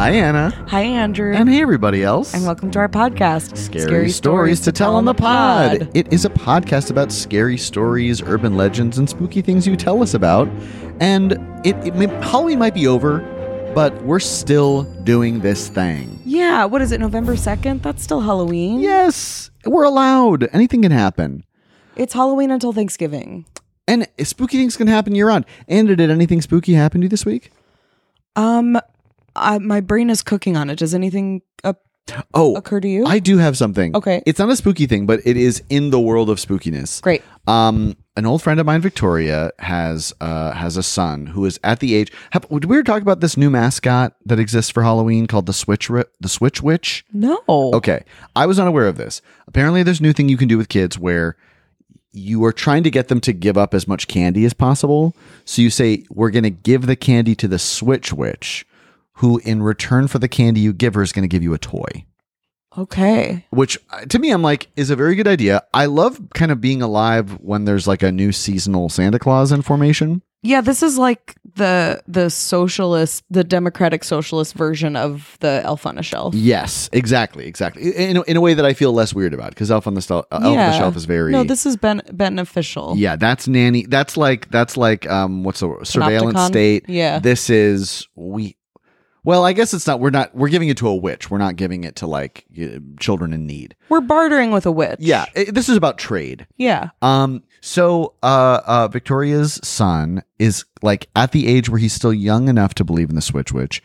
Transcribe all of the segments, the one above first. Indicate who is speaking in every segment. Speaker 1: Hi, Anna.
Speaker 2: Hi, Andrew.
Speaker 1: And hey, everybody else.
Speaker 2: and welcome to our podcast
Speaker 1: Scary, stories, to tell on the pod. It is a podcast about scary stories, urban legends, and spooky things you tell us about. And it, it may, Halloween might be over, but we're still doing this thing.
Speaker 2: Yeah, what is it, November 2nd? That's still Halloween.
Speaker 1: Yes, we're allowed. Anything can happen.
Speaker 2: It's Halloween until Thanksgiving.
Speaker 1: And spooky things can happen year round. And did anything spooky happen to you this week?
Speaker 2: Um, I, my brain is cooking on it. Does anything uh,
Speaker 1: Oh,
Speaker 2: occur to you?
Speaker 1: I do have something.
Speaker 2: Okay.
Speaker 1: It's not a spooky thing, but it is in the world of spookiness.
Speaker 2: Great.
Speaker 1: Um, an old friend of mine, Victoria, has uh, has a son who is at the age. Have, did we were talking about this new mascot that exists for Halloween called the Switch Ri- the Switch Witch.
Speaker 2: No.
Speaker 1: Okay, I was unaware of this. Apparently, there's a new thing you can do with kids where you are trying to get them to give up as much candy as possible. So you say, "We're going to give the candy to the Switch Witch." Who, in return for the candy you give her, is going to give you a toy
Speaker 2: Okay.
Speaker 1: which uh, to me I'm like is a very good idea. I love kind of being alive when there's like a new seasonal Santa Claus in formation.
Speaker 2: Yeah, this is like the the socialist, the democratic socialist version of the Elf on a Shelf.
Speaker 1: Yes, exactly, exactly. In, in a way that I feel less weird about because Elf on the Shelf, Elf on the
Speaker 2: Yeah.
Speaker 1: Shelf is very
Speaker 2: No, this has been beneficial.
Speaker 1: yeah. That's nanny. That's like that's like um what's the surveillance
Speaker 2: Panopticon?
Speaker 1: state?
Speaker 2: Yeah.
Speaker 1: This is we. Well, I guess it's not. We're not. We're giving it to a witch. We're not giving it to like y- children in need.
Speaker 2: We're bartering with a witch.
Speaker 1: Yeah, it- this is about trade.
Speaker 2: Yeah.
Speaker 1: Um, so uh, uh, Victoria's son is like at the age where he's still young enough to believe in the Switch Witch,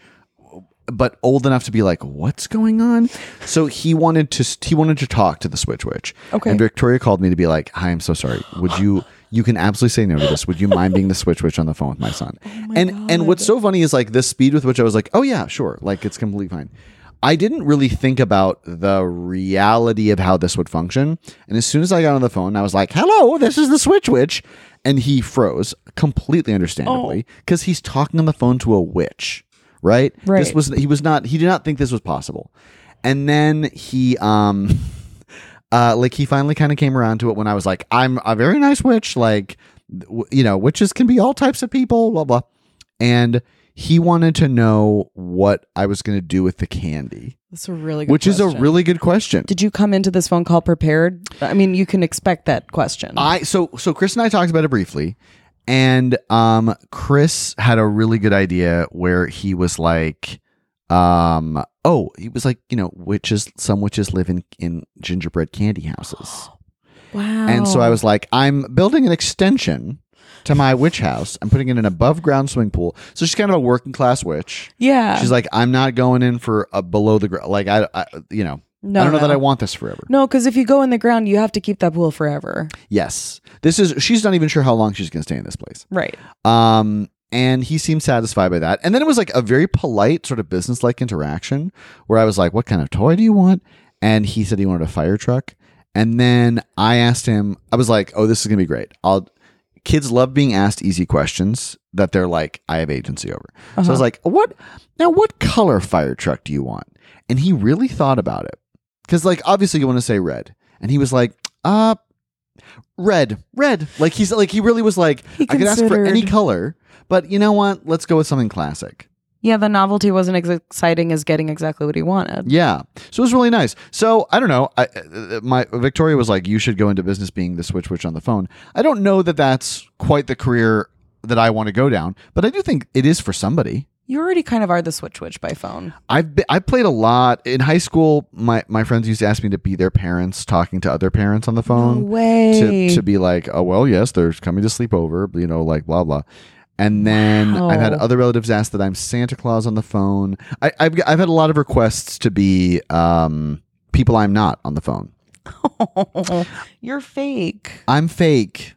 Speaker 1: but old enough to be like, "What's going on?" So he wanted to he wanted to talk to the Switch Witch.
Speaker 2: Okay.
Speaker 1: And Victoria called me to be like, "Hi, I'm so sorry. Would you you can absolutely say no to this. Would you mind being the Switch Witch on the phone with my son?" and and what's so funny is like the speed with which I was like, "Oh yeah, sure. Like it's completely fine." I didn't really think about the reality of how this would function. And as soon as I got on the phone, I was like, hello, this is the Switch Witch. And he froze completely understandably because he's talking on the phone to a witch, right? This
Speaker 2: Right.
Speaker 1: was, he was not, he did not think this was possible. And then he, um, uh, like he finally kind of came around to it when I was like, I'm a very nice witch. Like, w- you know, witches can be all types of people, blah, blah. And he wanted to know what I was going to do with the candy,
Speaker 2: That's a really good
Speaker 1: which is a
Speaker 2: question.
Speaker 1: really good question.
Speaker 2: Did you come into this phone call prepared? I mean, you can expect that question.
Speaker 1: I so so Chris and I talked about it briefly, and um, Chris had a really good idea where he was like, um, oh, he was like, you know, witches. Some witches live in in gingerbread candy houses,
Speaker 2: wow.
Speaker 1: and so I was like, I'm building an extension to my witch house. I'm putting in an above ground swimming pool. So she's kind of a working class witch.
Speaker 2: Yeah.
Speaker 1: She's like, I'm not going in for a below the ground. Like I, I, you know,
Speaker 2: no,
Speaker 1: I don't know
Speaker 2: no.
Speaker 1: that I want this forever.
Speaker 2: No, because if you go in the ground, you have to keep that pool forever.
Speaker 1: Yes, this is. She's not even sure how long she's going to stay in this place.
Speaker 2: Right.
Speaker 1: Um, and he seemed satisfied by that. And then it was like a very polite, sort of business like interaction where I was like, What kind of toy do you want? And he said he wanted a fire truck. And then I asked him, I was like, Oh, this is gonna be great. I'll kids love being asked easy questions that they're like, I have agency over. So I
Speaker 2: Uh-huh.
Speaker 1: was like, What now what color fire truck do you want? And he really thought about it. Cause like obviously you want to say red. And he was like, uh red, red. Like he's like he really was like
Speaker 2: He
Speaker 1: I could ask for any
Speaker 2: considered.
Speaker 1: color, but you know what? Let's go with something classic.
Speaker 2: Yeah, the novelty wasn't as exciting as getting exactly what he wanted.
Speaker 1: Yeah. So it was really nice. So I don't know. I, uh, my Victoria was like, you should go into business being the switch witch on the phone. I don't know that that's quite the career that I want to go down, but I do think it is for somebody.
Speaker 2: You already kind of are the switch witch by phone.
Speaker 1: I've been, I played a lot in high school. My my friends used to ask me to be their parents, talking to other parents on the phone.
Speaker 2: way.
Speaker 1: to, to be like, oh well, yes, they're coming to sleep over, you know, like blah blah. And then
Speaker 2: Wow.
Speaker 1: I've had other relatives ask that I'm Santa Claus on the phone. I, I've g- I've had a lot of requests to be um, people I'm not on the phone.
Speaker 2: You're fake.
Speaker 1: I'm fake.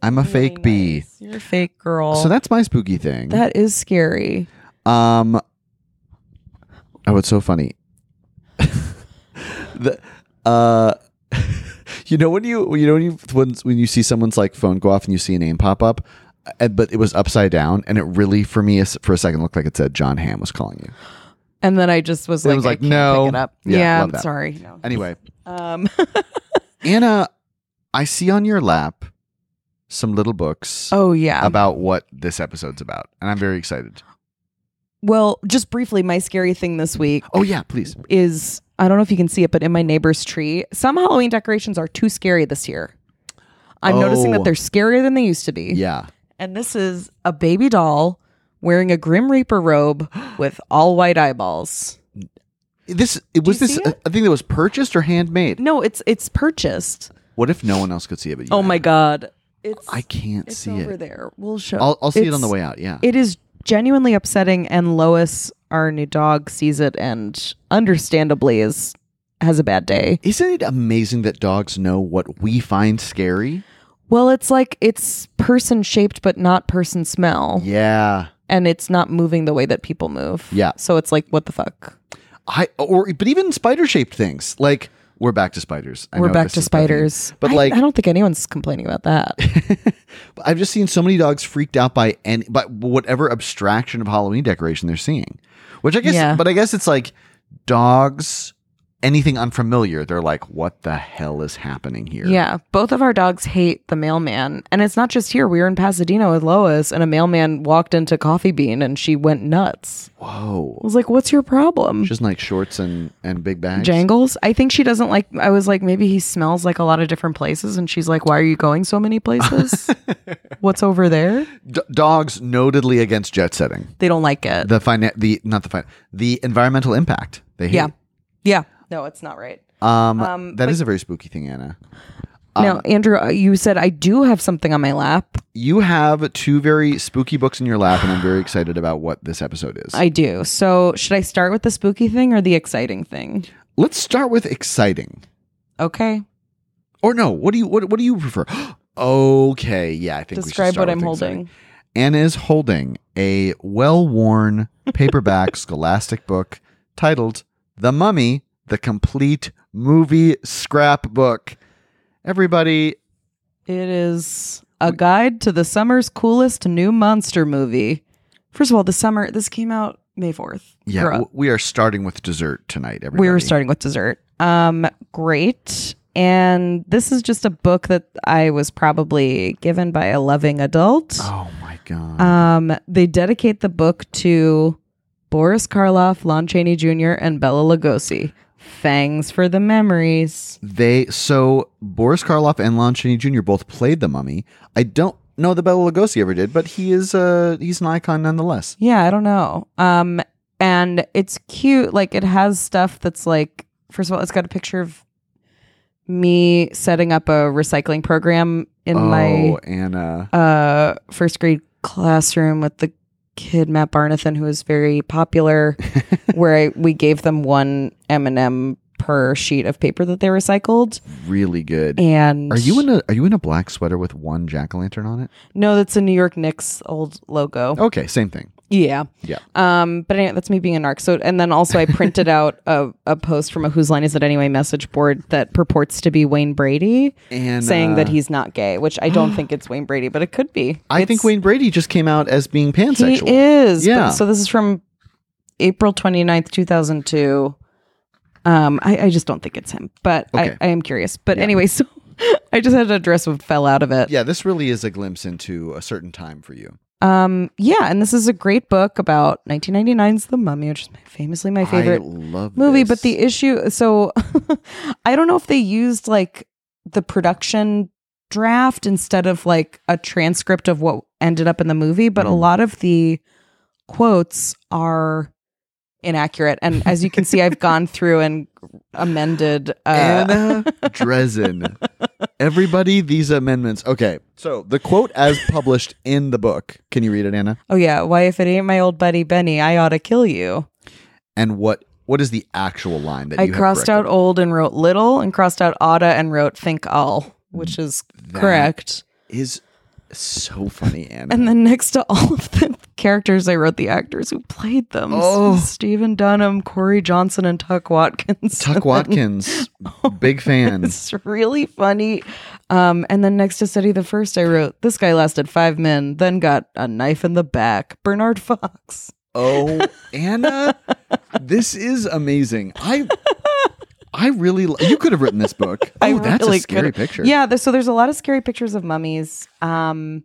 Speaker 1: I'm a fake bee.
Speaker 2: You're a fake girl.
Speaker 1: So that's my spooky thing.
Speaker 2: that is scary.
Speaker 1: um, oh, it's so funny. the uh. You know when you you know when you when, when you see someone's like phone go off and you see a name pop up, uh, but it was upside down and it really for me is- for a second looked like it said John Ham was calling you.
Speaker 2: And then I just was
Speaker 1: It
Speaker 2: like,
Speaker 1: was
Speaker 2: I
Speaker 1: like,
Speaker 2: can't
Speaker 1: no.
Speaker 2: pick it up.
Speaker 1: Yeah,
Speaker 2: Yeah,
Speaker 1: love
Speaker 2: I'm
Speaker 1: that.
Speaker 2: sorry. No.
Speaker 1: Anyway,
Speaker 2: Um,
Speaker 1: Anna, I see on your lap some little books
Speaker 2: oh yeah.
Speaker 1: about what this episode's about, and I'm very excited.
Speaker 2: Well, just briefly, my scary thing this week
Speaker 1: Oh yeah, please.
Speaker 2: is I don't know if you can see it, but in my neighbor's tree, some Halloween decorations are too scary this year. I'm noticing
Speaker 1: Oh.
Speaker 2: that they're scarier than they used to be.
Speaker 1: Yeah.
Speaker 2: And this is a baby doll wearing a Grim Reaper robe with all white eyeballs.
Speaker 1: This it was
Speaker 2: you
Speaker 1: this
Speaker 2: see
Speaker 1: a,
Speaker 2: it?
Speaker 1: a thing that was purchased or handmade.
Speaker 2: No, it's it's purchased.
Speaker 1: What if no one else could see it but you?
Speaker 2: Oh my god. It's
Speaker 1: I can't
Speaker 2: it's
Speaker 1: see
Speaker 2: over
Speaker 1: it.
Speaker 2: there. We'll show
Speaker 1: I'll I'll see it on
Speaker 2: It's-
Speaker 1: the way out. Yeah.
Speaker 2: It is genuinely upsetting and Lois, our new dog, sees it and understandably is has a bad day.
Speaker 1: Isn't it amazing that dogs know what we find scary?
Speaker 2: Well, it's like it's person shaped but not person smell.
Speaker 1: Yeah.
Speaker 2: And it's not moving the way that people move.
Speaker 1: Yeah.
Speaker 2: So it's like, what the fuck?
Speaker 1: I or but even spider shaped things like we're back to spiders. I
Speaker 2: We're
Speaker 1: know
Speaker 2: back
Speaker 1: this
Speaker 2: to
Speaker 1: is bad news.
Speaker 2: spiders.
Speaker 1: But
Speaker 2: I-
Speaker 1: like-
Speaker 2: I don't think anyone's complaining about that.
Speaker 1: I've just seen so many dogs freaked out by any by whatever abstraction of Halloween decoration they're seeing. Which I guess
Speaker 2: Yeah.
Speaker 1: but I guess it's like dogs anything unfamiliar, they're like, what the hell is happening here?
Speaker 2: Yeah, both of our dogs hate the mailman, and it's not just here. We were in Pasadena with Lois, and a mailman walked into Coffee Bean, and she went nuts. I
Speaker 1: Whoa.
Speaker 2: was like, "What's your problem,
Speaker 1: Oh, Just in, like shorts and, and big bags.
Speaker 2: Jangles?" I think she doesn't like. I was like, maybe he smells like a lot of different places, and she's like, "Why are you going so many places? What's over there?
Speaker 1: D- dogs notedly against jet setting.
Speaker 2: They don't like it."
Speaker 1: The fina- the not the fin- the environmental impact. They hate.
Speaker 2: yeah, yeah. No, it's not right.
Speaker 1: Um,
Speaker 2: Um,
Speaker 1: that is a very spooky thing, Anna. Um,
Speaker 2: now, Andrew, uh, you said I do have something on my lap.
Speaker 1: You have two very spooky books in your lap, and I'm very excited about what this episode is.
Speaker 2: I do. So, should I start with the spooky thing or the exciting thing?
Speaker 1: Let's start with exciting.
Speaker 2: Okay.
Speaker 1: Or no, what do you what, what do you prefer? okay, yeah, I think we should
Speaker 2: Describe
Speaker 1: start
Speaker 2: what
Speaker 1: with
Speaker 2: I'm
Speaker 1: exciting.
Speaker 2: holding.
Speaker 1: Anna is holding a well-worn paperback scholastic book titled "The Mummy: The Complete Movie Scrapbook." Everybody,
Speaker 2: It is a guide to the summer's coolest new monster movie. First of all, the summer this came out May fourth.
Speaker 1: yeah,
Speaker 2: Grow up.
Speaker 1: w- we are starting with dessert tonight. Everybody,
Speaker 2: we were starting with dessert. Um, great. And this is just a book that I was probably given by a loving adult.
Speaker 1: Oh my god!
Speaker 2: Um, they dedicate the book to Boris Karloff, Lon Chaney Jr., and Bella Lugosi. Fangs for the memories.
Speaker 1: They so Boris Karloff and Lon Chaney Jr. both played the Mummy. I don't know that Bela Lugosi ever did, but he is uh he's an icon nonetheless.
Speaker 2: Yeah, I don't know. Um, and it's cute. Like it has stuff that's like, first of all, it's got a picture of me setting up a recycling program in
Speaker 1: oh,
Speaker 2: my
Speaker 1: Anna,
Speaker 2: uh first grade classroom with the kid Matt Barnathan, who was very popular, where I, we gave them one M and M per sheet of paper that they recycled.
Speaker 1: really good.
Speaker 2: And
Speaker 1: Are you in a are you in a black sweater with one jack o' lantern on it?
Speaker 2: No, that's a New York Knicks old logo.
Speaker 1: Okay, same thing.
Speaker 2: Yeah.
Speaker 1: Oh. Yeah.
Speaker 2: Um, but anyway, that's me being a narc. So, and then also I printed out a, a post from a Whose Line Is It Anyway message board that purports to be Wayne Brady
Speaker 1: And
Speaker 2: saying
Speaker 1: uh,
Speaker 2: that he's not gay, which I don't think it's Wayne Brady, but it could be.
Speaker 1: I
Speaker 2: It's-
Speaker 1: think Wayne Brady just came out as being
Speaker 2: he
Speaker 1: pansexual.
Speaker 2: is. but-
Speaker 1: Yeah.
Speaker 2: so this is from April 29th, 2002. Um, I, I just don't think it's him, but
Speaker 1: Okay.
Speaker 2: I, I am curious. But anyway, so I just had to address what fell out of it.
Speaker 1: yeah, this really is a glimpse into a certain time for you.
Speaker 2: Um, yeah, and this is a great book about 1999's The Mummy, which is my, famously my favorite
Speaker 1: I love
Speaker 2: movie. But
Speaker 1: this.
Speaker 2: the issue, so I don't know if they used like the production draft instead of like a transcript of what ended up in the movie, but a
Speaker 1: Mhm.
Speaker 2: lot of the quotes are inaccurate. And as you can see, I've gone through and amended. Uh,
Speaker 1: Anna Dresden. Everybody, these amendments. Okay, so the quote as published in the book. Can you read it, Anna?
Speaker 2: oh, yeah. Why, if it ain't my old buddy Benny, I ought to kill you.
Speaker 1: And what what is the actual line that
Speaker 2: I
Speaker 1: you have
Speaker 2: crossed out
Speaker 1: corrected?
Speaker 2: old and wrote little and crossed out Ada and wrote think all, which
Speaker 1: Mm,
Speaker 2: is correct.
Speaker 1: Is so funny, Anna.
Speaker 2: And then next to all of the characters, I wrote the actors who played them.
Speaker 1: Oh.
Speaker 2: Stephen Dunham, Corey Johnson, and Tuck Watkins.
Speaker 1: Tuck Watkins, big fan.
Speaker 2: Oh, It's really funny. Um, and then next to Study the First, I wrote, This guy lasted five men, then got a knife in the back. Bernard Fox.
Speaker 1: Oh, Anna, this is amazing. I I really li- you could have written this book. Oh,
Speaker 2: I
Speaker 1: that's
Speaker 2: really
Speaker 1: a scary
Speaker 2: could've-
Speaker 1: picture.
Speaker 2: Yeah, there, so there's a lot of scary pictures of mummies. Um,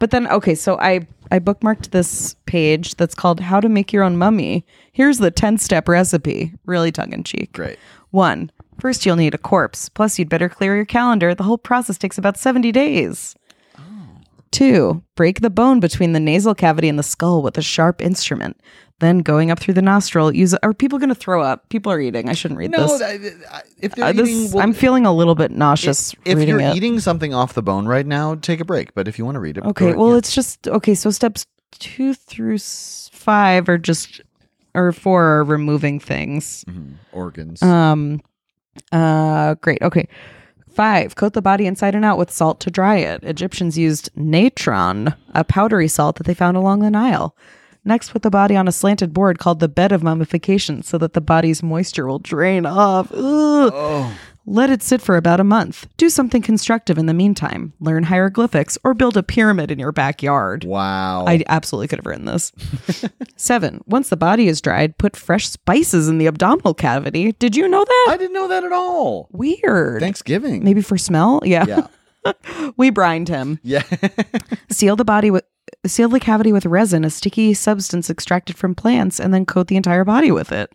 Speaker 2: But then okay, so I I bookmarked this page that's called How to Make Your Own Mummy. Here's the 10-step recipe, really tongue in cheek.
Speaker 1: Great.
Speaker 2: One, first you'll need a corpse. Plus you'd better clear your calendar. The whole process takes about 70 days. Two, break the bone between the nasal cavity and the skull with a sharp instrument. Then going up through the nostril, use are people going to throw up? People are eating. I shouldn't read
Speaker 1: No,
Speaker 2: this.
Speaker 1: I- I- if they're
Speaker 2: Uh, this-
Speaker 1: eating, well,
Speaker 2: I'm feeling a little bit nauseous
Speaker 1: if
Speaker 2: reading
Speaker 1: you're
Speaker 2: it.
Speaker 1: eating something off the bone right now, take a break. But if you want to read it,
Speaker 2: Okay,
Speaker 1: go-
Speaker 2: well,
Speaker 1: yeah.
Speaker 2: it's just okay. So steps two through s- five are just or four are removing things.
Speaker 1: Mhm. organs.
Speaker 2: Um, uh, great. Okay, five coat the body inside and out with salt to dry it. Egyptians used natron, a powdery salt that they found along the Nile. Next, put the body on a slanted board called the bed of mummification, so that the body's moisture will drain off. Ugh.
Speaker 1: oh,
Speaker 2: Let it sit for about a month. Do something constructive in the meantime. Learn hieroglyphics or build a pyramid in your backyard.
Speaker 1: wow.
Speaker 2: I absolutely could have written this. Seven, once the body is dried, put fresh spices in the abdominal cavity. Did you know that?
Speaker 1: I didn't know that at all.
Speaker 2: Weird.
Speaker 1: Thanksgiving.
Speaker 2: Maybe for smell? Yeah.
Speaker 1: Yeah.
Speaker 2: we brined him.
Speaker 1: Yeah.
Speaker 2: Seal the body with. Seal the cavity with resin, a sticky substance extracted from plants, and then coat the entire body with it.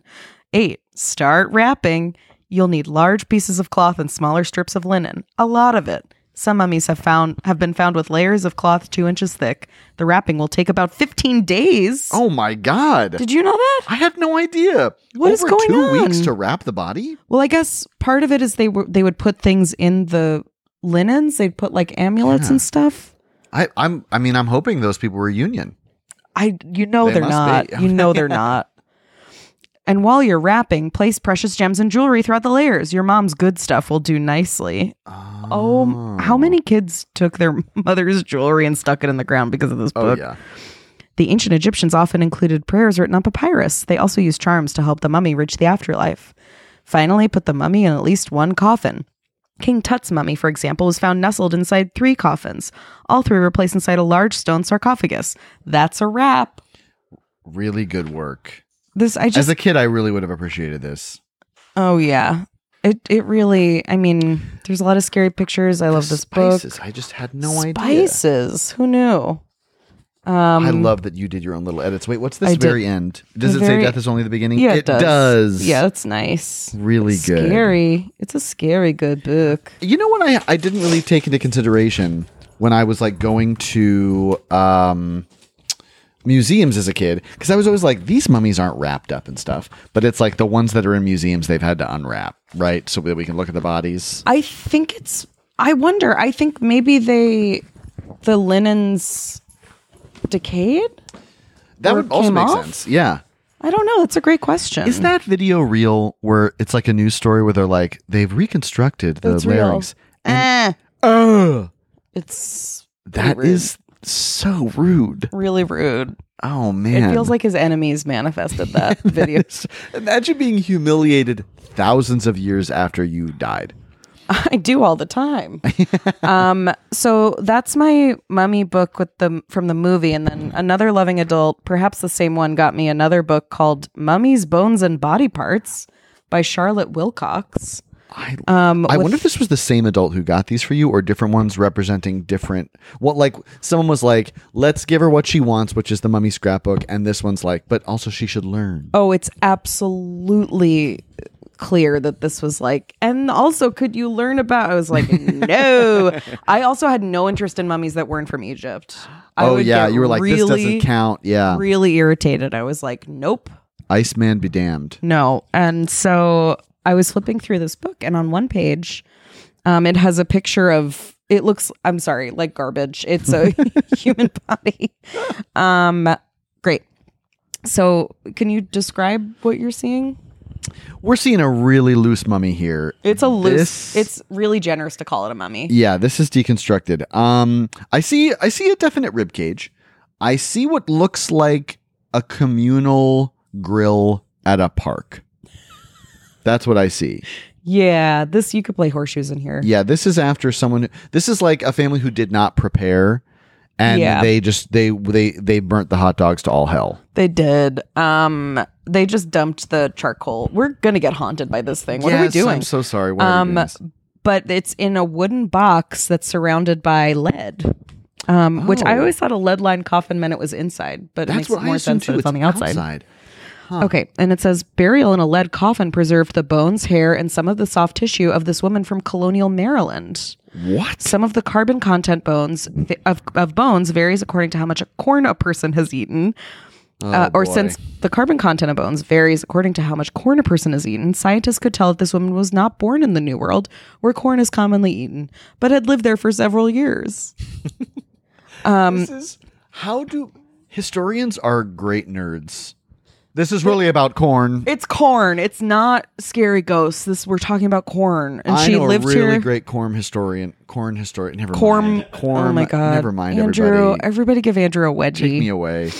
Speaker 2: Eight, start wrapping. You'll need large pieces of cloth and smaller strips of linen, a lot of it. Some mummies have found have been found with layers of cloth two inches thick. The wrapping will take about fifteen days.
Speaker 1: oh my God.
Speaker 2: Did you know that?
Speaker 1: I had no idea.
Speaker 2: What is
Speaker 1: Over
Speaker 2: going
Speaker 1: two weeks
Speaker 2: on?
Speaker 1: to wrap the body?
Speaker 2: Well, I guess part of it is they were they would put things in the linens. They'd put like amulets and stuff.
Speaker 1: I, I'm. I mean, I'm hoping those people were union.
Speaker 2: I you know
Speaker 1: They
Speaker 2: they are
Speaker 1: must
Speaker 2: not.
Speaker 1: be.
Speaker 2: You know they're not. And while you're wrapping, place precious gems and jewelry throughout the layers. Your mom's good stuff will do nicely. Oh, how many kids took their mother's jewelry and stuck it in the ground because of this
Speaker 1: Oh
Speaker 2: book?
Speaker 1: yeah.
Speaker 2: The ancient Egyptians often included prayers written on papyrus. They also used charms to help the mummy reach the afterlife. Finally, put the mummy in at least one coffin. King Tut's mummy, for example, was found nestled inside three coffins. All three were placed inside a large stone sarcophagus. That's a wrap.
Speaker 1: Really good work.
Speaker 2: This I
Speaker 1: As
Speaker 2: just
Speaker 1: a kid, I really would have appreciated this.
Speaker 2: oh yeah. It it really I mean, there's a lot of scary pictures. I love this book.
Speaker 1: Spices. I just had no idea.
Speaker 2: Spices. Who knew? Um
Speaker 1: I love that you did your own little edits. Wait, what's this
Speaker 2: I did-
Speaker 1: very end? Does it
Speaker 2: The
Speaker 1: say
Speaker 2: very-
Speaker 1: death is only the beginning?
Speaker 2: yeah, it,
Speaker 1: does.
Speaker 2: Yeah, that's nice.
Speaker 1: Really good.
Speaker 2: Scary. It's a scary good book.
Speaker 1: You know what I I didn't really take into consideration when I was like going to um museums as a kid because I was always like these mummies aren't wrapped up and stuff, but it's like the ones that are in museums they've had to unwrap, right? So that we can look at the bodies.
Speaker 2: I think it's I wonder. I think maybe they the linens decayed?
Speaker 1: That
Speaker 2: Or
Speaker 1: would also
Speaker 2: came
Speaker 1: make
Speaker 2: off?
Speaker 1: sense. Yeah.
Speaker 2: I don't know. That's a great question.
Speaker 1: Isn't that video real where it's like a news story where they're like they've reconstructed the
Speaker 2: That's real.
Speaker 1: larynx?
Speaker 2: Eh,
Speaker 1: Oh,
Speaker 2: it's
Speaker 1: that
Speaker 2: Pretty rude.
Speaker 1: is so rude.
Speaker 2: really rude.
Speaker 1: Oh man,
Speaker 2: It feels like his enemies manifested that video.
Speaker 1: Imagine being humiliated thousands of years after you died.
Speaker 2: I do all the time. um, so that's my mummy book with the from the movie, and then another loving adult, perhaps the same one, got me another book called "Mummies, Bones, and Body Parts" by Charlotte Wilcox.
Speaker 1: I,
Speaker 2: Um,
Speaker 1: I
Speaker 2: with-
Speaker 1: wonder if this was the same adult who got these for you or different ones representing different. What, like, someone was like, let's give her what she wants, which is the mummy scrapbook. And this one's like, but also she should learn.
Speaker 2: Oh, it's absolutely clear that this was like and also could you learn about I was like no I also had no interest in mummies that weren't from Egypt I
Speaker 1: oh,
Speaker 2: would
Speaker 1: yeah.
Speaker 2: get
Speaker 1: You were like, this doesn't count. Yeah.
Speaker 2: really irritated I was like nope
Speaker 1: Iceman be damned.
Speaker 2: No. And so I was flipping through this book, and on one page, um, it has a picture of it looks, I'm sorry, like garbage. It's a human body. Um, great. So can you describe what you're seeing?
Speaker 1: We're seeing a really loose mummy here.
Speaker 2: It's a loose,
Speaker 1: This-
Speaker 2: it's really generous to call it a mummy.
Speaker 1: Yeah, this is deconstructed. Um, I see. I see a definite rib cage. I see what looks like a communal grill at a park. That's what I see.
Speaker 2: Yeah. This, you could play horseshoes in here.
Speaker 1: Yeah, this is after someone. who- This is like a family who did not prepare, and
Speaker 2: Yeah.
Speaker 1: they just they they they burnt the hot dogs to all hell.
Speaker 2: They did. Um, they just dumped the charcoal. We're going to get haunted by this thing. What are we
Speaker 1: Yes,
Speaker 2: doing?
Speaker 1: I'm so sorry. Why are we doing
Speaker 2: Um,
Speaker 1: this?
Speaker 2: but it's in a wooden box that's surrounded by lead. um, which I
Speaker 1: Oh.
Speaker 2: always thought a lead lined coffin meant it was inside, but it
Speaker 1: That's
Speaker 2: makes
Speaker 1: what I
Speaker 2: more
Speaker 1: assume
Speaker 2: sense
Speaker 1: too.
Speaker 2: that it's on the outside.
Speaker 1: Huh.
Speaker 2: Okay, and it says burial in a lead coffin preserved the bones, hair, and some of the soft tissue of this woman from colonial Maryland.
Speaker 1: What?
Speaker 2: Some of the carbon content bones of, of bones varies according to how much corn a person has eaten. uh, or
Speaker 1: Oh, boy.
Speaker 2: since the carbon content of bones varies according to how much corn a person has eaten, scientists could tell that this woman was not born in the New World, where corn is commonly eaten, but had lived there for several years. Um,
Speaker 1: this is how do historians are great nerds. This is really about corn.
Speaker 2: It's corn. It's not scary ghosts. This we're talking about corn, and
Speaker 1: I
Speaker 2: she
Speaker 1: know
Speaker 2: lived
Speaker 1: a really
Speaker 2: here.
Speaker 1: great corn historian. Corn historian. Never
Speaker 2: corn.
Speaker 1: mind. Corn.
Speaker 2: oh my god.
Speaker 1: Never mind.
Speaker 2: Andrew.
Speaker 1: everybody.
Speaker 2: give Andrew a
Speaker 1: Take
Speaker 2: wedgie.
Speaker 1: me away.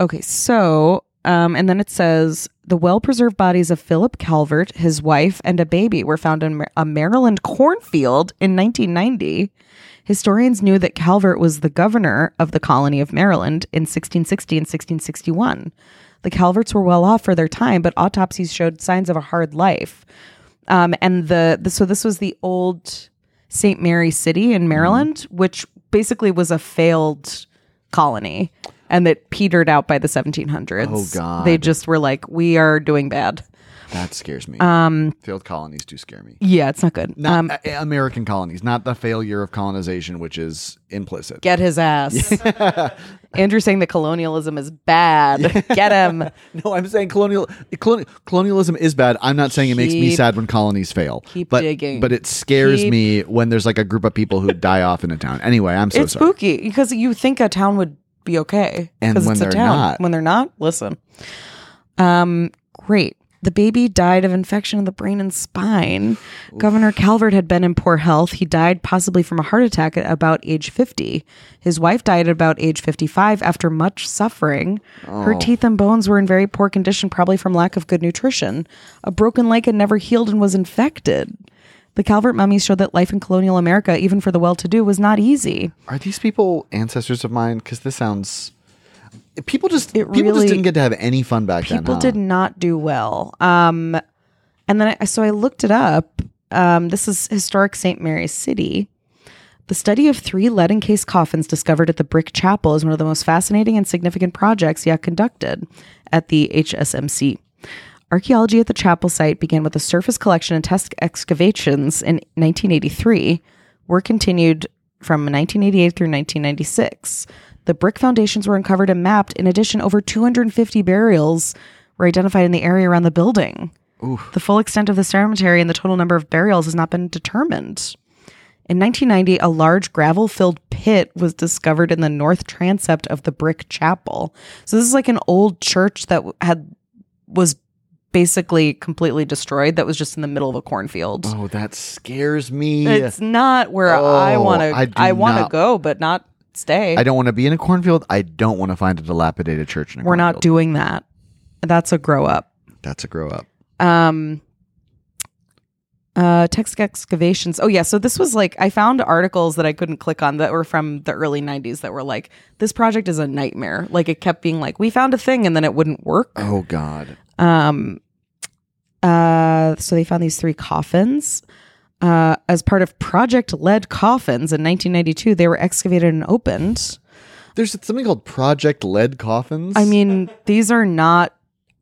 Speaker 2: Okay, so um, and then it says the well-preserved bodies of Philip Calvert, his wife, and a baby were found in Mar- a Maryland cornfield in 1990. Historians knew that Calvert was the governor of the colony of Maryland in 1660 and 1661. The Calverts were well off for their time, but autopsies showed signs of a hard life. Um, and the, the so this was the old St. Mary City in Maryland,
Speaker 1: Mm-hmm.
Speaker 2: which basically was a failed colony and that petered out by the 1700s.
Speaker 1: Oh, God.
Speaker 2: They just were like, we are doing bad.
Speaker 1: That scares me. Um, Failed colonies do scare me.
Speaker 2: Yeah, it's not good.
Speaker 1: Not uh, American colonies, not the failure of colonization, which is implicit.
Speaker 2: Get his ass. Andrew saying that colonialism is bad. Get him.
Speaker 1: No, I'm saying colonial coloni- colonialism is bad. I'm not saying it makes me
Speaker 2: Keep-
Speaker 1: sad when colonies fail.
Speaker 2: keep
Speaker 1: but,
Speaker 2: digging.
Speaker 1: But it scares
Speaker 2: Keep-
Speaker 1: me when there's like a group of people who die off in a town. Anyway, I'm so
Speaker 2: it's
Speaker 1: sorry.
Speaker 2: spooky because you think a town would be okay.
Speaker 1: And
Speaker 2: 'cause
Speaker 1: when
Speaker 2: it's a
Speaker 1: they're
Speaker 2: town.
Speaker 1: not.
Speaker 2: When they're not, listen. Um, great. The baby died of infection of the brain and spine. Governor Calvert had been in poor health. He died possibly from a heart attack at about age 50. His wife died at about age 55 after much suffering.
Speaker 1: Oh.
Speaker 2: Her teeth and bones were in very poor condition, probably from lack of good nutrition. A broken leg had never healed and was infected. The Calvert mummies showed that life in colonial America, even for the well to do, was not easy.
Speaker 1: Are these people ancestors of mine? Because this sounds. People just people
Speaker 2: It really-
Speaker 1: just didn't get to have any fun back then.
Speaker 2: people
Speaker 1: huh?
Speaker 2: did not do well. Um, and then I, so I looked it up. Um, this is historic St. Mary's City. The study of three lead encased coffins discovered at the Brick Chapel is one of the most fascinating and significant projects yet conducted at the HSMC. Archaeology at the chapel site began with a surface collection and test excavations in 1983. Work continued from 1988 through 1996. The brick foundations were uncovered and mapped. In addition, over 250 burials were identified in the area around the building. The full extent of the cemetery and the total number of burials has not been determined. In 1990, a large gravel filled pit was discovered in the north transept of the brick chapel. So, this is like an old church that w- had was basically completely destroyed, that was just in the middle of a cornfield.
Speaker 1: Oh, that scares me.
Speaker 2: It's not where I
Speaker 1: Oh,
Speaker 2: want to.
Speaker 1: I do
Speaker 2: I, want to
Speaker 1: not-
Speaker 2: go, but not stay.
Speaker 1: I don't want to be in a cornfield. I don't want to find a dilapidated church in a
Speaker 2: We're not
Speaker 1: cornfield.
Speaker 2: doing that. That's a grow up.
Speaker 1: That's a grow up.
Speaker 2: Um, uh, text excavations. Oh yeah, so this was like I found articles that I couldn't click on that were from the early '90s that were like this project is a nightmare. Like it kept being like we found a thing and then it wouldn't work.
Speaker 1: Oh God.
Speaker 2: Um, uh, so they found these three coffins. Uh, as part of Project Lead Coffins in 1992, they were excavated and opened.
Speaker 1: There's something called Project Lead Coffins.
Speaker 2: I mean, these are not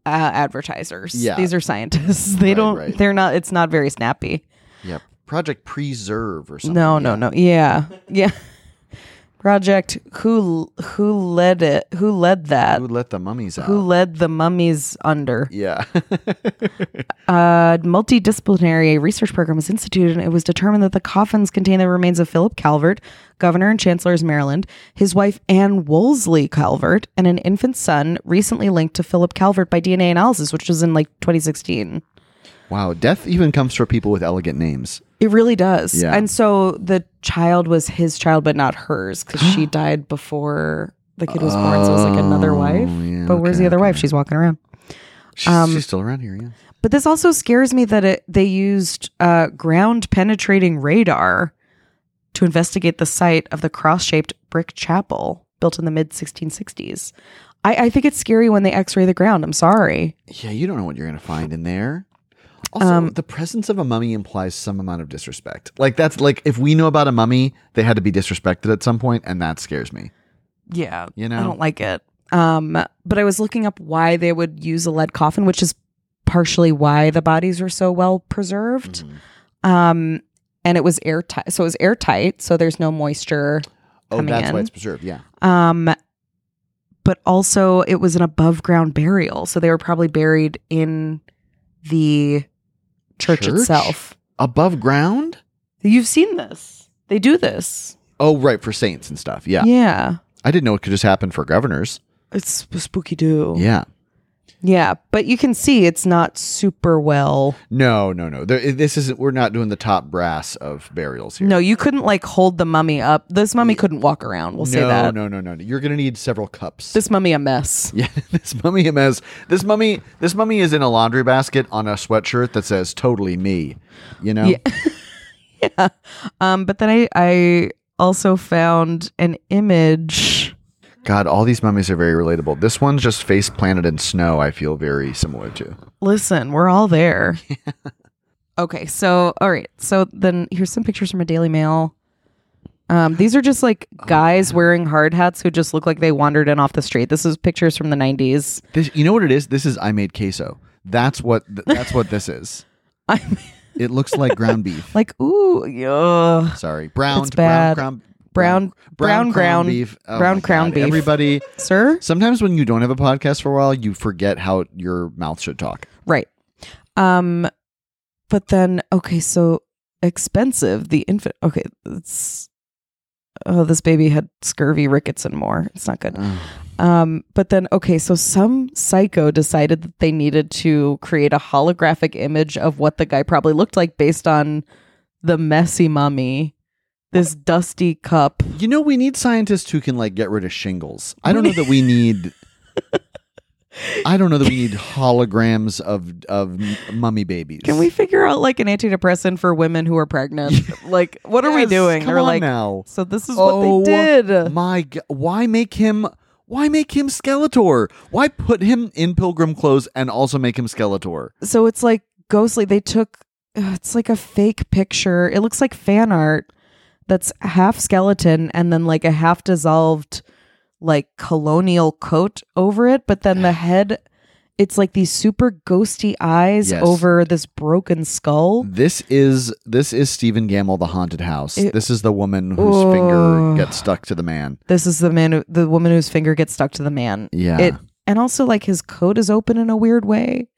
Speaker 2: uh, advertisers.
Speaker 1: Yeah.
Speaker 2: These are scientists. They
Speaker 1: Right,
Speaker 2: don't,
Speaker 1: right.
Speaker 2: they're not, it's not very snappy.
Speaker 1: yeah, Project Preserve or something.
Speaker 2: no, no, no. Yeah. Yeah. Project who who led it? Who led that?
Speaker 1: Who let the mummies out?
Speaker 2: Who led the mummies under?
Speaker 1: yeah.
Speaker 2: A multidisciplinary research program was instituted, and it was determined that the coffins contained the remains of Philip Calvert, governor and chancellor of Maryland, his wife Anne Wolseley Calvert, and an infant son recently linked to Philip Calvert by DNA analysis, which was in like 2016.
Speaker 1: wow. Death even comes for people with elegant names.
Speaker 2: It really does.
Speaker 1: Yeah.
Speaker 2: And so the child was his child, but not hers because she died before the kid was born. So it was like another wife.
Speaker 1: yeah,
Speaker 2: but
Speaker 1: Oh, okay,
Speaker 2: where's Um, the other wife? She's walking around.
Speaker 1: She's, she's still around here. Yeah.
Speaker 2: But this also scares me that it, they used uh, ground penetrating radar to investigate the site of the cross shaped brick chapel built in the mid 1660s. I, I think it's scary when they x ray the ground. I'm sorry.
Speaker 1: Yeah, you don't know what you're gonna find in there. Also,
Speaker 2: Um,
Speaker 1: the presence of a mummy implies some amount of disrespect. Like that's like if we know about a mummy, they had to be disrespected at some point, and that scares me.
Speaker 2: Yeah.
Speaker 1: You know?
Speaker 2: I don't like it. Um, but I was looking up why they would use a lead coffin, which is partially why the bodies were so well preserved.
Speaker 1: Mm-hmm.
Speaker 2: Um, and it was airtight. So it was airtight. So there's no moisture.
Speaker 1: Oh,
Speaker 2: Coming
Speaker 1: that's why
Speaker 2: in.
Speaker 1: it's preserved. Yeah.
Speaker 2: Um, but also it was an above ground burial. So they were probably buried in the church,
Speaker 1: Church?
Speaker 2: itself.
Speaker 1: Above ground?
Speaker 2: You've seen this. They do this.
Speaker 1: Oh, right, for saints and stuff. Yeah.
Speaker 2: Yeah.
Speaker 1: I didn't know it could just happen for governors.
Speaker 2: It's sp- spooky do.
Speaker 1: Yeah.
Speaker 2: Yeah, but you can see it's not super well.
Speaker 1: No, no, no. There, this isn't we're not doing the top brass of burials here.
Speaker 2: No, you couldn't like hold the mummy up. This mummy couldn't walk around. We'll say
Speaker 1: no,
Speaker 2: that.
Speaker 1: no, no, no, no. You're gonna need several cups.
Speaker 2: This mummy a mess.
Speaker 1: yeah, this mummy has this mummy this mummy is in a laundry basket on a sweatshirt that says totally me. You know?
Speaker 2: Yeah. yeah. Um, but then I I also found an image.
Speaker 1: God, all these mummies are very relatable. This one's just face planted in snow, I feel very similar to.
Speaker 2: Listen, we're all there. Okay, so all right. So then here's some pictures from a Daily Mail. Um, these are just like
Speaker 1: Oh,
Speaker 2: guys wearing hard hats who just look like they wandered in off the street. This is pictures from the 90s.
Speaker 1: This you know what it is? This is I made queso. That's what th- that's what this is.
Speaker 2: I'm
Speaker 1: It looks like ground beef.
Speaker 2: like, ooh, yeah.
Speaker 1: Sorry, brown,
Speaker 2: It's bad.
Speaker 1: brown,
Speaker 2: Brown- brown ground-
Speaker 1: beef, Oh
Speaker 2: brown
Speaker 1: my God.
Speaker 2: ground beef.
Speaker 1: Everybody,
Speaker 2: Sir?
Speaker 1: sometimes when you don't have a podcast for a while, you forget how your mouth should talk.
Speaker 2: Right. Um but then okay, so expensive the infant okay, it's oh this baby had scurvy, rickets and more. It's not good.
Speaker 1: Ugh.
Speaker 2: Um but then okay, so some psycho decided that they needed to create a holographic image of what the guy probably looked like based on the messy mummy, this dusty cup.
Speaker 1: You know, we need scientists who can like get rid of shingles. I don't know that we need. I don't know that we need holograms of of mummy babies.
Speaker 2: Can we figure out like an antidepressant for women who are pregnant? like what are we
Speaker 1: Yes,
Speaker 2: doing?
Speaker 1: Come
Speaker 2: Or
Speaker 1: on
Speaker 2: like uh,
Speaker 1: now.
Speaker 2: So this is
Speaker 1: Oh,
Speaker 2: what they did.
Speaker 1: My, g- why make him? Why make him Skeletor? Why put him in pilgrim clothes and also make him Skeletor?
Speaker 2: so it's like ghostly. They took ugh, it's like a fake picture. It looks like fan art that's half skeleton and then like a half dissolved like colonial coat over it, but then the head it's like these super ghosty eyes
Speaker 1: Yes. Mm.
Speaker 2: over this broken skull.
Speaker 1: This is this is Stephen Gamble, the haunted house.
Speaker 2: It-
Speaker 1: this is the woman whose
Speaker 2: Ugh.
Speaker 1: finger gets stuck to the man.
Speaker 2: This is the man who, the woman whose finger gets stuck to the man.
Speaker 1: Yeah,
Speaker 2: It and also like his coat is open in a weird way.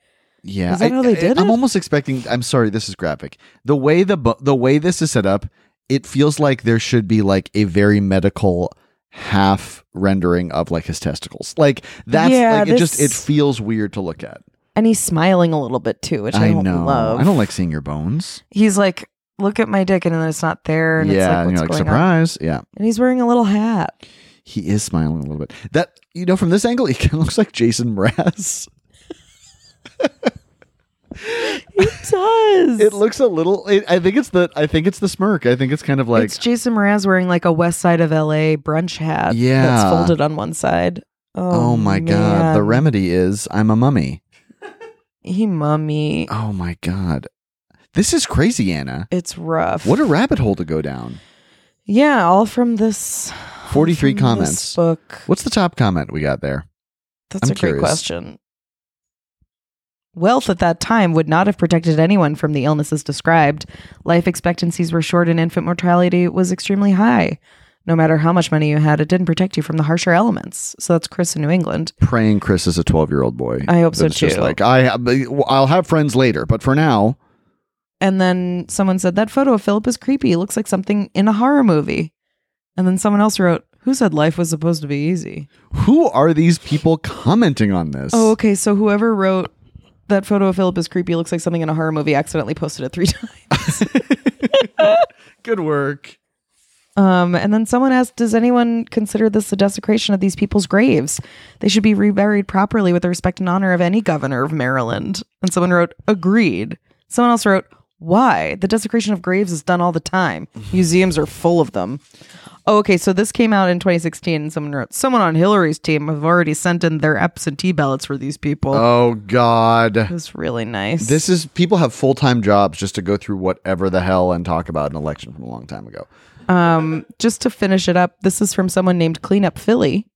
Speaker 1: yeah.
Speaker 2: is that
Speaker 1: I,
Speaker 2: how they
Speaker 1: I-
Speaker 2: did
Speaker 1: I'm
Speaker 2: it?
Speaker 1: almost expecting. I'm sorry, this is graphic. The way the bu- the way this is set up, it feels like there should be like a very medical half rendering of like his testicles. Like that's
Speaker 2: Yeah,
Speaker 1: like it just it
Speaker 2: this-
Speaker 1: feels weird to look at.
Speaker 2: And he's smiling a little bit too, which I, don't
Speaker 1: know.
Speaker 2: love.
Speaker 1: I don't like seeing your bones.
Speaker 2: he's like, look at my dick, and then it's not there, and
Speaker 1: yeah,
Speaker 2: it's like,
Speaker 1: and
Speaker 2: what's
Speaker 1: you're like
Speaker 2: going on?
Speaker 1: surprise. Yeah,
Speaker 2: And he's wearing a little hat.
Speaker 1: he is smiling a little bit. That you know, from this angle, he kind of looks like Jason Mraz.
Speaker 2: He does.
Speaker 1: It looks a little. It, I think it's the. I think it's the smirk. I think it's kind of like.
Speaker 2: it's Jason Mraz wearing like a West Side of LA brunch hat.
Speaker 1: Yeah.
Speaker 2: that's folded on one side. Oh,
Speaker 1: oh my god! The
Speaker 2: man.
Speaker 1: remedy is I'm a mummy.
Speaker 2: he mummy.
Speaker 1: Oh my god! This is crazy, Anna.
Speaker 2: It's rough.
Speaker 1: What a rabbit hole to go down.
Speaker 2: yeah, all from this.
Speaker 1: Forty three
Speaker 2: from this
Speaker 1: comments.
Speaker 2: book.
Speaker 1: What's the top comment we got there?
Speaker 2: That's
Speaker 1: I'm
Speaker 2: a
Speaker 1: curious.
Speaker 2: great question. Wealth at that time would not have protected anyone from the illnesses described. Life expectancies were short and infant mortality was extremely high. No matter how much money you had, it didn't protect you from the harsher elements. So that's Chris in New England.
Speaker 1: Praying Chris is a twelve year old boy.
Speaker 2: I hope so
Speaker 1: That's just
Speaker 2: too.
Speaker 1: like I, I'll have friends later, but for now,
Speaker 2: And then someone said, That photo of Philip is creepy. It looks like something in a horror movie. And then someone else wrote, Who said life was supposed to be easy?
Speaker 1: who are these people commenting on this?
Speaker 2: Oh, okay. So whoever wrote that photo of Philip is creepy looks like something in a horror movie accidentally posted it three times.
Speaker 1: good work.
Speaker 2: Um, and then someone asked, "Does anyone consider this the desecration of these people's graves? They should be reburied properly with the respect and honor of any governor of Maryland." And someone wrote, "Agreed." Someone else wrote, "Why? The desecration of graves is done all the time. Museums are full of them." Oh, okay. So this came out in 2016. And someone wrote, someone on Hillary's team have already sent in their absentee ballots for these people.
Speaker 1: Oh God.
Speaker 2: it was really nice.
Speaker 1: This is people have full time jobs just to go through whatever the hell and talk about an election from a long time ago.
Speaker 2: Um, just to finish it up, this is from someone named Cleanup Philly.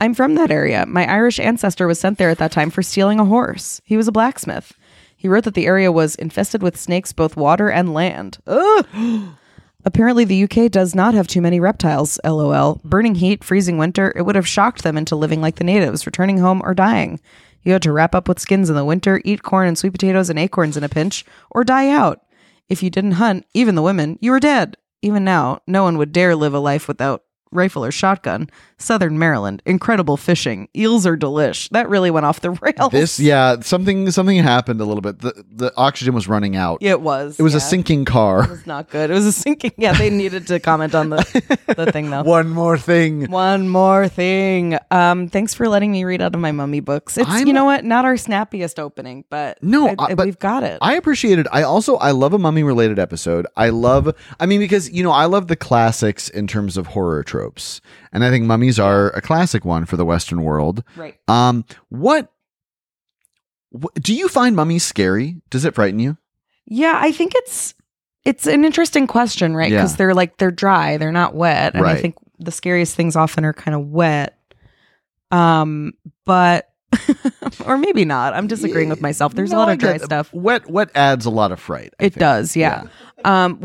Speaker 2: I'm from that area. My Irish ancestor was sent there at that time for stealing a horse. He was a blacksmith. He wrote that the area was infested with snakes, both water and land. Ugh. Apparently, the UK does not have too many reptiles, lol. Burning heat, freezing winter, it would have shocked them into living like the natives, returning home or dying. You had to wrap up with skins in the winter, eat corn and sweet potatoes and acorns in a pinch, or die out. If you didn't hunt, even the women, you were dead. Even now, no one would dare live a life without rifle or shotgun. Southern Maryland, incredible fishing. Eels are delish. That really went off the rails.
Speaker 1: This yeah, something something happened a little bit. The the oxygen was running out.
Speaker 2: it was.
Speaker 1: It was a
Speaker 2: yeah.
Speaker 1: sinking car.
Speaker 2: It's not good. It was a sinking. Yeah, they needed to comment on the, the thing though.
Speaker 1: One more thing.
Speaker 2: One more thing. Um, thanks for letting me read out of my mummy books. It's
Speaker 1: I'm-
Speaker 2: you know what, not our snappiest opening, but
Speaker 1: No,
Speaker 2: I-
Speaker 1: I-
Speaker 2: I-
Speaker 1: but
Speaker 2: we've got it.
Speaker 1: I appreciate it. I also I love a mummy related episode. I love I mean because you know I love the classics in terms of horror tropes. And I think mummies are a classic one for the western world.
Speaker 2: right.
Speaker 1: Um what wh- do you find mummies scary? Does it frighten you?
Speaker 2: Yeah, I think it's it's an interesting question, right? Because
Speaker 1: Yeah.
Speaker 2: they're like they're dry, they're not wet, and
Speaker 1: Right.
Speaker 2: I think the scariest things often are kind of wet. Um, but or maybe not. I'm disagreeing with myself. There's
Speaker 1: No,
Speaker 2: a lot
Speaker 1: I
Speaker 2: of dry
Speaker 1: get-
Speaker 2: stuff.
Speaker 1: Wet wet adds a lot of fright. I
Speaker 2: It
Speaker 1: think.
Speaker 2: does, yeah. Um,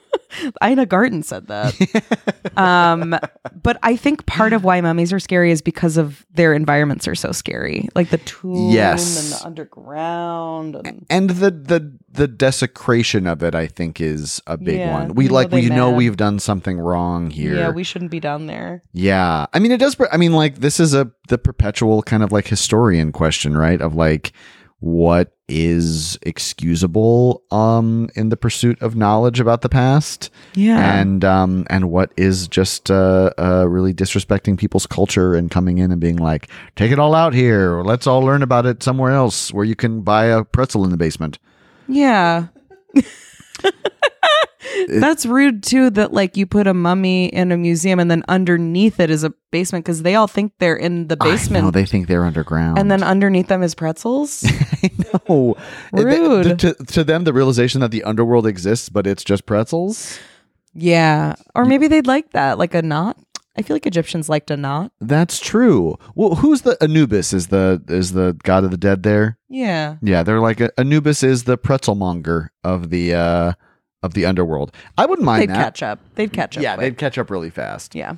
Speaker 2: Ina Garten said that. Uh, um, but I think part of why mummies are scary is because of their environments are so scary, like the tomb
Speaker 1: Yes.
Speaker 2: and the underground. And
Speaker 1: and the the the desecration of it i think is a big
Speaker 2: Yeah,
Speaker 1: one we
Speaker 2: you know
Speaker 1: like
Speaker 2: they
Speaker 1: we know
Speaker 2: mad.
Speaker 1: we've done something wrong here
Speaker 2: yeah, we shouldn't be down there.
Speaker 1: yeah i mean it does per- i mean like this is a the perpetual kind of like historian question right of like what is excusable um in the pursuit of knowledge about the past
Speaker 2: Yeah,
Speaker 1: and um and what is just uh, uh really disrespecting people's culture and coming in and being like take it all out here or let's all learn about it somewhere else where you can buy a pretzel in the basement
Speaker 2: yeah. That's rude too. That like you put a mummy in a museum and then underneath it is a basement because they all think they're in the
Speaker 1: I know,
Speaker 2: basement,
Speaker 1: they think they're underground.
Speaker 2: and then underneath them is pretzels.
Speaker 1: oh,
Speaker 2: Rude.
Speaker 1: to, to them, the realization that the underworld exists, but it's just pretzels.
Speaker 2: Yeah. Or maybe they'd like that, like a knot. I feel like Egyptians liked a knot.
Speaker 1: That's true. Well, who's the Anubis? Is the is the god of the dead there?
Speaker 2: Yeah.
Speaker 1: Yeah, they're like uh, Anubis is the pretzelmonger of the uh of the underworld. I wouldn't mind
Speaker 2: They'd
Speaker 1: that.
Speaker 2: catch up. They'd catch up.
Speaker 1: yeah,
Speaker 2: quick.
Speaker 1: they'd catch up really fast.
Speaker 2: yeah.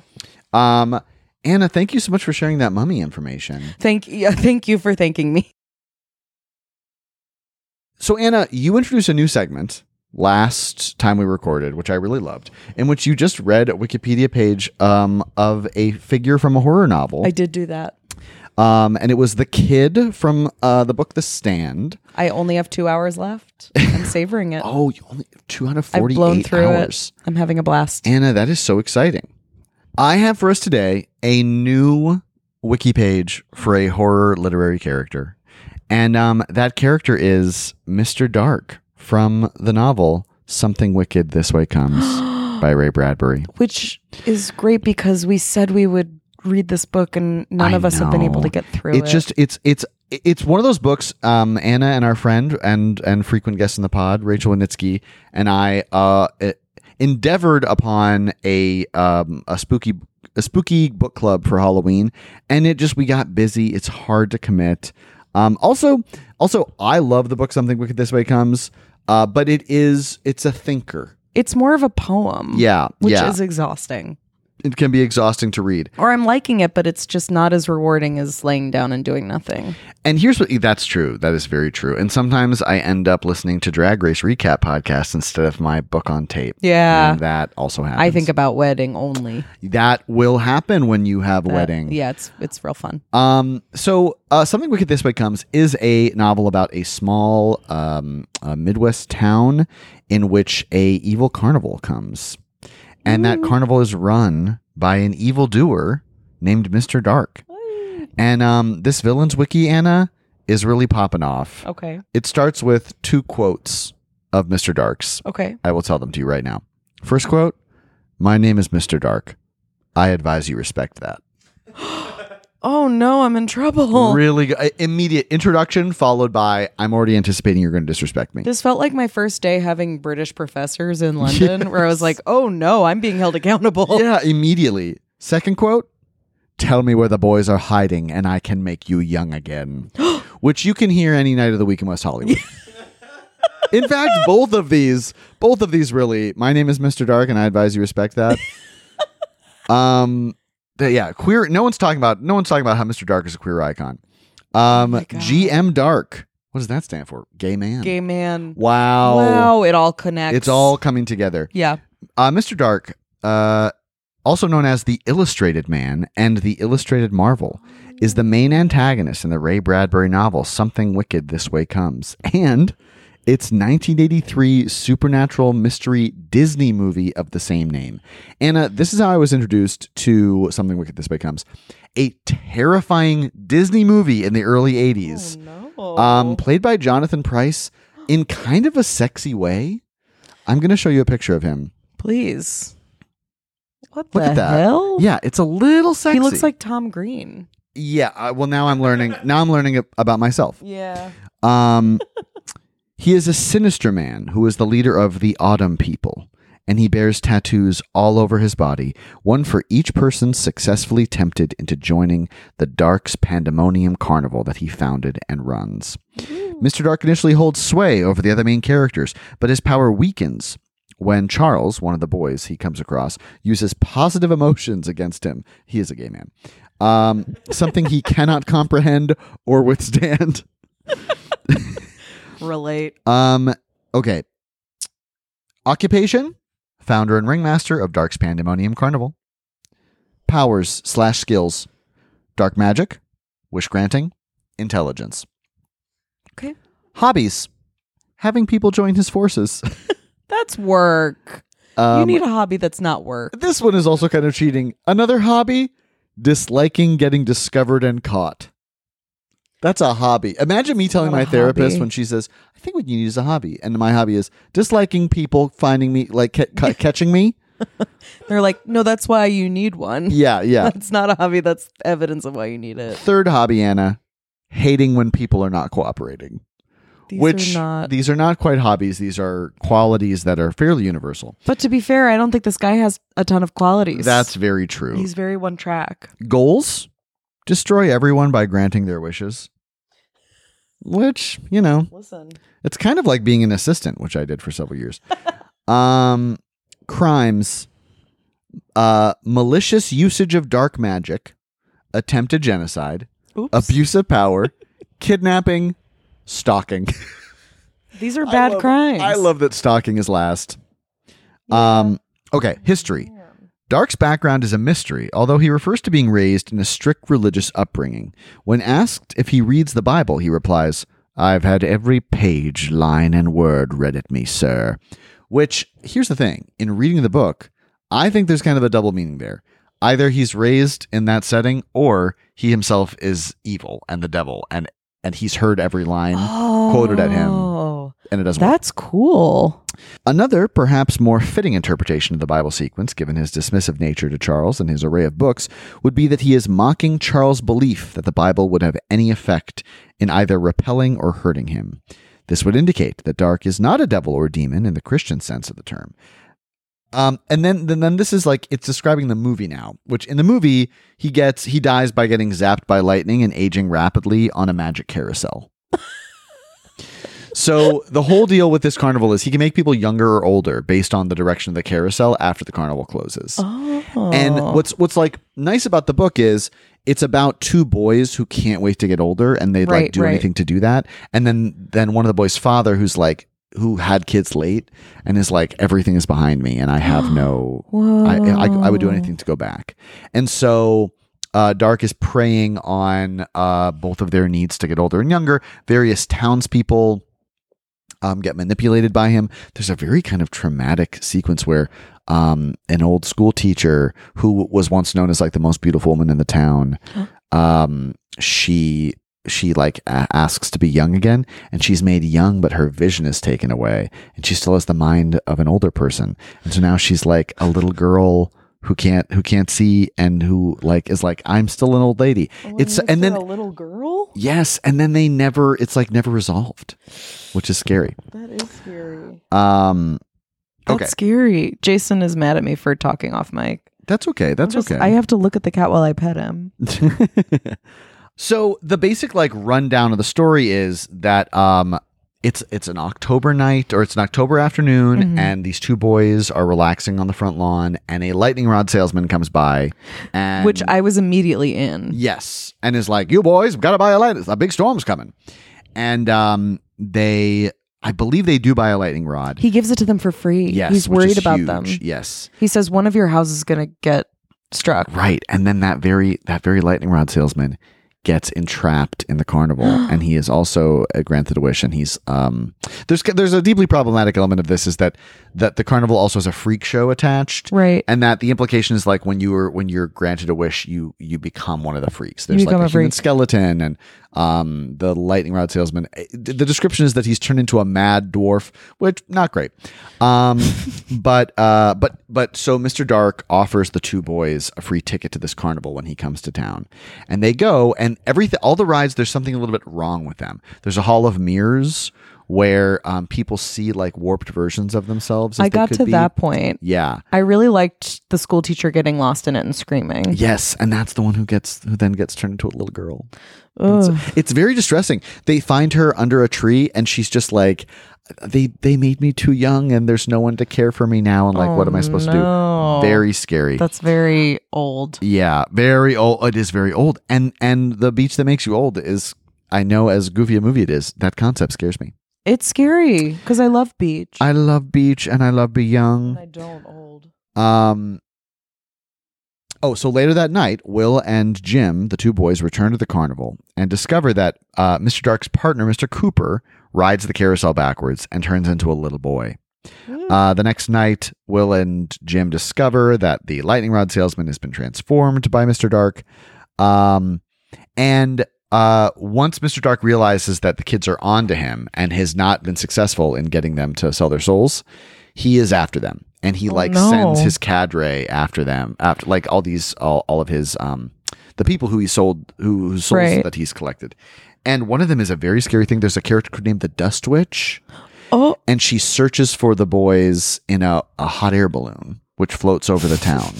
Speaker 1: Um, Anna, thank you so much for sharing that mummy information.
Speaker 2: Thank yeah, thank you for thanking me.
Speaker 1: So, Anna, you introduced a new segment last time we recorded, which I really loved, in which you just read a Wikipedia page um, of a figure from a horror novel.
Speaker 2: I did do that.
Speaker 1: Um, and it was the kid from uh, the book The Stand.
Speaker 2: I only have two hours left. I'm savoring it.
Speaker 1: Oh, you only
Speaker 2: I've
Speaker 1: 248
Speaker 2: blown through
Speaker 1: hours.
Speaker 2: it. I'm having a blast.
Speaker 1: Anna, that is so exciting. I have for us today a new wiki page for a horror literary character. And um, that character is Mr. Dark from the novel Something Wicked This Way Comes by Ray Bradbury.
Speaker 2: Which is great because we said we would read this book and none
Speaker 1: I
Speaker 2: of us have been able
Speaker 1: know.
Speaker 2: to get through
Speaker 1: It's
Speaker 2: it.
Speaker 1: just it's it's it's one of those books. Um, Anna and our friend and and frequent guest in the pod, Rachel Winitsky, and I uh, e- endeavored upon a um, a spooky a spooky book club for Halloween, and it just we got busy. It's hard to commit. Um, also, also I love the book Something Wicked This Way Comes, uh, but it is it's a thinker.
Speaker 2: it's more of a poem.
Speaker 1: Yeah,
Speaker 2: Which
Speaker 1: yeah.
Speaker 2: is exhausting.
Speaker 1: It can be exhausting to read.
Speaker 2: Or I'm liking it, but it's just not as rewarding as laying down and doing nothing.
Speaker 1: And here's what that's true. That is very true. And sometimes I end up listening to Drag Race recap podcasts instead of my book on tape.
Speaker 2: Yeah.
Speaker 1: And that also happens.
Speaker 2: I think about wedding only.
Speaker 1: that will happen when you have a wedding.
Speaker 2: Yeah, it's it's real fun.
Speaker 1: Um, so uh, something wicked this way comes is a novel about a small um, uh Midwest town in which a evil carnival comes, and that carnival is run by an evil doer named Mister Dark. And um, this villain's wiki Anna is really popping off.
Speaker 2: Okay.
Speaker 1: It starts with two quotes of Mr. Dark's.
Speaker 2: Okay.
Speaker 1: I will tell them to you right now. First quote My name is Mr. Dark. I advise you respect that.
Speaker 2: Oh no, I'm in trouble.
Speaker 1: Really good. Immediate introduction followed by I'm already anticipating you're going to disrespect me.
Speaker 2: This felt like my first day having British professors in London, where I was like, oh no, I'm being held accountable.
Speaker 1: Yeah, immediately. Second quote Tell me where the boys are hiding and I can make you young again. Which you can hear any night of the week in West Hollywood. in fact, both of these, both of these really, my name is Mr. Dark and I advise you respect that. um, th- yeah, queer, no one's talking about, no one's talking about how Mr. Dark is a queer icon. Um,
Speaker 2: Oh my God.
Speaker 1: GM Dark. What does that stand for? Gay man.
Speaker 2: Gay man.
Speaker 1: Wow.
Speaker 2: Wow, it all connects.
Speaker 1: It's all coming together.
Speaker 2: Yeah.
Speaker 1: Uh, Mr. Dark, uh, also known as the Illustrated Man and the Illustrated Marvel, is the main antagonist in the Ray Bradbury novel Something Wicked This Way Comes and its 1983 supernatural mystery Disney movie of the same name. Anna, this is how I was introduced to Something Wicked This Way Comes, a terrifying Disney movie in the early 80s
Speaker 2: Oh, no.
Speaker 1: um, played by Jonathan Price in kind of a sexy way. I'm going to show you a picture of him.
Speaker 2: Please. What
Speaker 1: Look
Speaker 2: the
Speaker 1: at that.
Speaker 2: hell?
Speaker 1: Yeah, it's a little sexy.
Speaker 2: He looks like Tom Green.
Speaker 1: yeah. Uh, well, now I'm learning. Now I'm learning ab- about myself.
Speaker 2: Yeah.
Speaker 1: Um, he is a sinister man who is the leader of the Autumn People, and he bears tattoos all over his body, one for each person successfully tempted into joining the Dark's Pandemonium Carnival that he founded and runs. Mr. Dark initially holds sway over the other main characters, but his power weakens when Charles, one of the boys he comes across, uses positive emotions against him. He is a gay man. Um, something he cannot comprehend or withstand.
Speaker 2: Relate.
Speaker 1: Um. Okay. Occupation: founder and ringmaster of Dark's Pandemonium Carnival. Powers slash skills: dark magic, wish granting, intelligence.
Speaker 2: Okay.
Speaker 1: Hobbies: having people join his forces.
Speaker 2: That's work. you
Speaker 1: Um,
Speaker 2: need a hobby that's not work.
Speaker 1: this one is also kind of cheating. Another hobby: disliking getting discovered and caught. That's a hobby. Imagine me telling
Speaker 2: not
Speaker 1: my
Speaker 2: a
Speaker 1: therapist
Speaker 2: hobby.
Speaker 1: when she says, "I think what you need is a hobby," and my hobby is disliking people finding me, like ca- ca- catching me.
Speaker 2: They're like, no, that's why you need one.
Speaker 1: Yeah, yeah.
Speaker 2: That's not a hobby. That's evidence of why you need it.
Speaker 1: Third hobby, Anna, hating when people are not cooperating.
Speaker 2: These
Speaker 1: which
Speaker 2: are not.
Speaker 1: these are not quite hobbies. These are qualities that are fairly universal.
Speaker 2: but to be fair, I don't think this guy has a ton of qualities.
Speaker 1: That's very true.
Speaker 2: he's very one track.
Speaker 1: Goals: destroy everyone by granting their wishes. Which you know,
Speaker 2: Listen,
Speaker 1: It's kind of like being an assistant, which I did for several years. um, crimes, uh, malicious usage of dark magic, attempted genocide,
Speaker 2: oops,
Speaker 1: abuse of power, kidnapping, stalking.
Speaker 2: these are bad
Speaker 1: I love-
Speaker 2: crimes.
Speaker 1: I love that stalking is last. Um, okay, history. Dark's background is a mystery, although he refers to being raised in a strict religious upbringing. When asked if he reads the Bible, he replies, I've had every page, line, and word read at me, sir. Which, here's the thing in reading the book, I think there's kind of a double meaning there. Either he's raised in that setting, or he himself is evil and the devil, and, and he's heard every line,
Speaker 2: oh,
Speaker 1: quoted at him. and it doesn't work.
Speaker 2: That's cool.
Speaker 1: Another, perhaps more fitting interpretation of the Bible sequence, given his dismissive nature to Charles and his array of books, would be that he is mocking Charles' belief that the Bible would have any effect in either repelling or hurting him. This would indicate that Dark is not a devil or demon in the Christian sense of the term. Um, and then, then, then this is like it's describing the movie now, which in the movie he gets he dies by getting zapped by lightning and aging rapidly on a magic carousel. so the whole deal with this carnival is he can make people younger or older based on the direction of the carousel after the carnival closes.
Speaker 2: Oh,
Speaker 1: And what's what's like nice about the book is it's about two boys who can't wait to get older and they'd like
Speaker 2: Right,
Speaker 1: do
Speaker 2: right.
Speaker 1: anything to do that. And then then one of the boys' father who's like who had kids late and is like everything is behind me and I have no
Speaker 2: Whoa.
Speaker 1: I, I, I would
Speaker 2: Oh.
Speaker 1: do anything to go back. And so uh, Dark is preying on uh, both of their needs to get older and younger. Various townspeople um, get manipulated by him. There's a very kind of traumatic sequence where um, an old school teacher who was once known as like the most beautiful woman in the town, um, she she like a- asks to be young again and she's made young but her vision is taken away and she still has the mind of an older person and so now she's like a little girl who can't who can't see and who like is like I'm still an old lady
Speaker 2: Oh,
Speaker 1: it's and then
Speaker 3: a little girl.
Speaker 1: yes and then they never it's like never resolved which is scary
Speaker 3: That is scary.
Speaker 1: um
Speaker 2: That's
Speaker 1: Okay.
Speaker 2: scary. Jason is mad at me for talking off mic.
Speaker 1: that's okay that's
Speaker 2: I'm just-
Speaker 1: okay
Speaker 2: I have to look at the cat while I pet him.
Speaker 1: so the basic like rundown of the story is that um it's it's an October night or it's an October afternoon
Speaker 2: Mhm.
Speaker 1: and these two boys are relaxing on the front lawn and a lightning rod salesman comes by and
Speaker 2: which I was immediately in.
Speaker 1: Yes, and is like, "You boys gotta buy a light. A big storm's coming." And um, they, I believe they do buy a lightning rod.
Speaker 2: He gives it to them for free.
Speaker 1: yes,
Speaker 2: He's
Speaker 1: which
Speaker 2: worried
Speaker 1: is
Speaker 2: about
Speaker 1: huge.
Speaker 2: them.
Speaker 1: Yes,
Speaker 2: He says one of your houses is going to get struck.
Speaker 1: right. And then that very that very lightning rod salesman gets entrapped in the carnival, and he is also uh, granted a wish. And he's um, there's there's a deeply problematic element of this is that that the carnival also has a freak show attached.
Speaker 2: Right.
Speaker 1: And that the implication is like when you are when you're granted a wish, you you become one of the freaks. There's like
Speaker 2: become
Speaker 1: a,
Speaker 2: a
Speaker 1: human
Speaker 2: freak.
Speaker 1: skeleton and um the lightning rod salesman. Eh, The the description is that he's turned into a mad dwarf, which not great. Um, but uh, but but so Mr. Dark offers the two boys a free ticket to this carnival when he comes to town, and they go and everything all the rides. There's something a little bit wrong with them. There's a hall of mirrors where um, people see like warped versions of themselves. as
Speaker 2: I
Speaker 1: they
Speaker 2: got
Speaker 1: could
Speaker 2: to
Speaker 1: be.
Speaker 2: that point.
Speaker 1: Yeah.
Speaker 2: I really liked the school teacher getting lost in it and screaming.
Speaker 1: Yes, and that's the one who gets who then gets turned into a little girl. And so- it's very distressing. They find her under a tree, and she's just like, "They they made me too young, and there's no one to care for me now, and like, what am I supposed
Speaker 2: Oh, no.
Speaker 1: to do?" Very scary.
Speaker 2: That's very old.
Speaker 1: yeah, very old. It is very old, and and the beach that makes you old is, I know, as goofy a movie it is. That concept scares me.
Speaker 2: It's scary because I love beach.
Speaker 1: I love beach, and I love be young.
Speaker 3: I don't old.
Speaker 1: Um. Oh, so later that night, Will and Jim, the two boys, return to the carnival and discover that uh, Mr. Dark's partner, Mr. Cooper, rides the carousel backwards and turns into a little boy. Uh, the next night, Will and Jim discover that the lightning rod salesman has been transformed by Mr. Dark. Um, and uh, once Mr. Dark realizes that the kids are onto him and has not been successful in getting them to sell their souls, he is after them. And he
Speaker 2: Oh,
Speaker 1: like
Speaker 2: no.
Speaker 1: sends his cadre after them, after like all these, all, all of his, um, the people who he sold, who, whose souls
Speaker 2: Right.
Speaker 1: that he's collected. And one of them is a very scary thing. There's a character named the Dust Witch
Speaker 2: oh,
Speaker 1: and she searches for the boys in a, a hot air balloon which floats over the town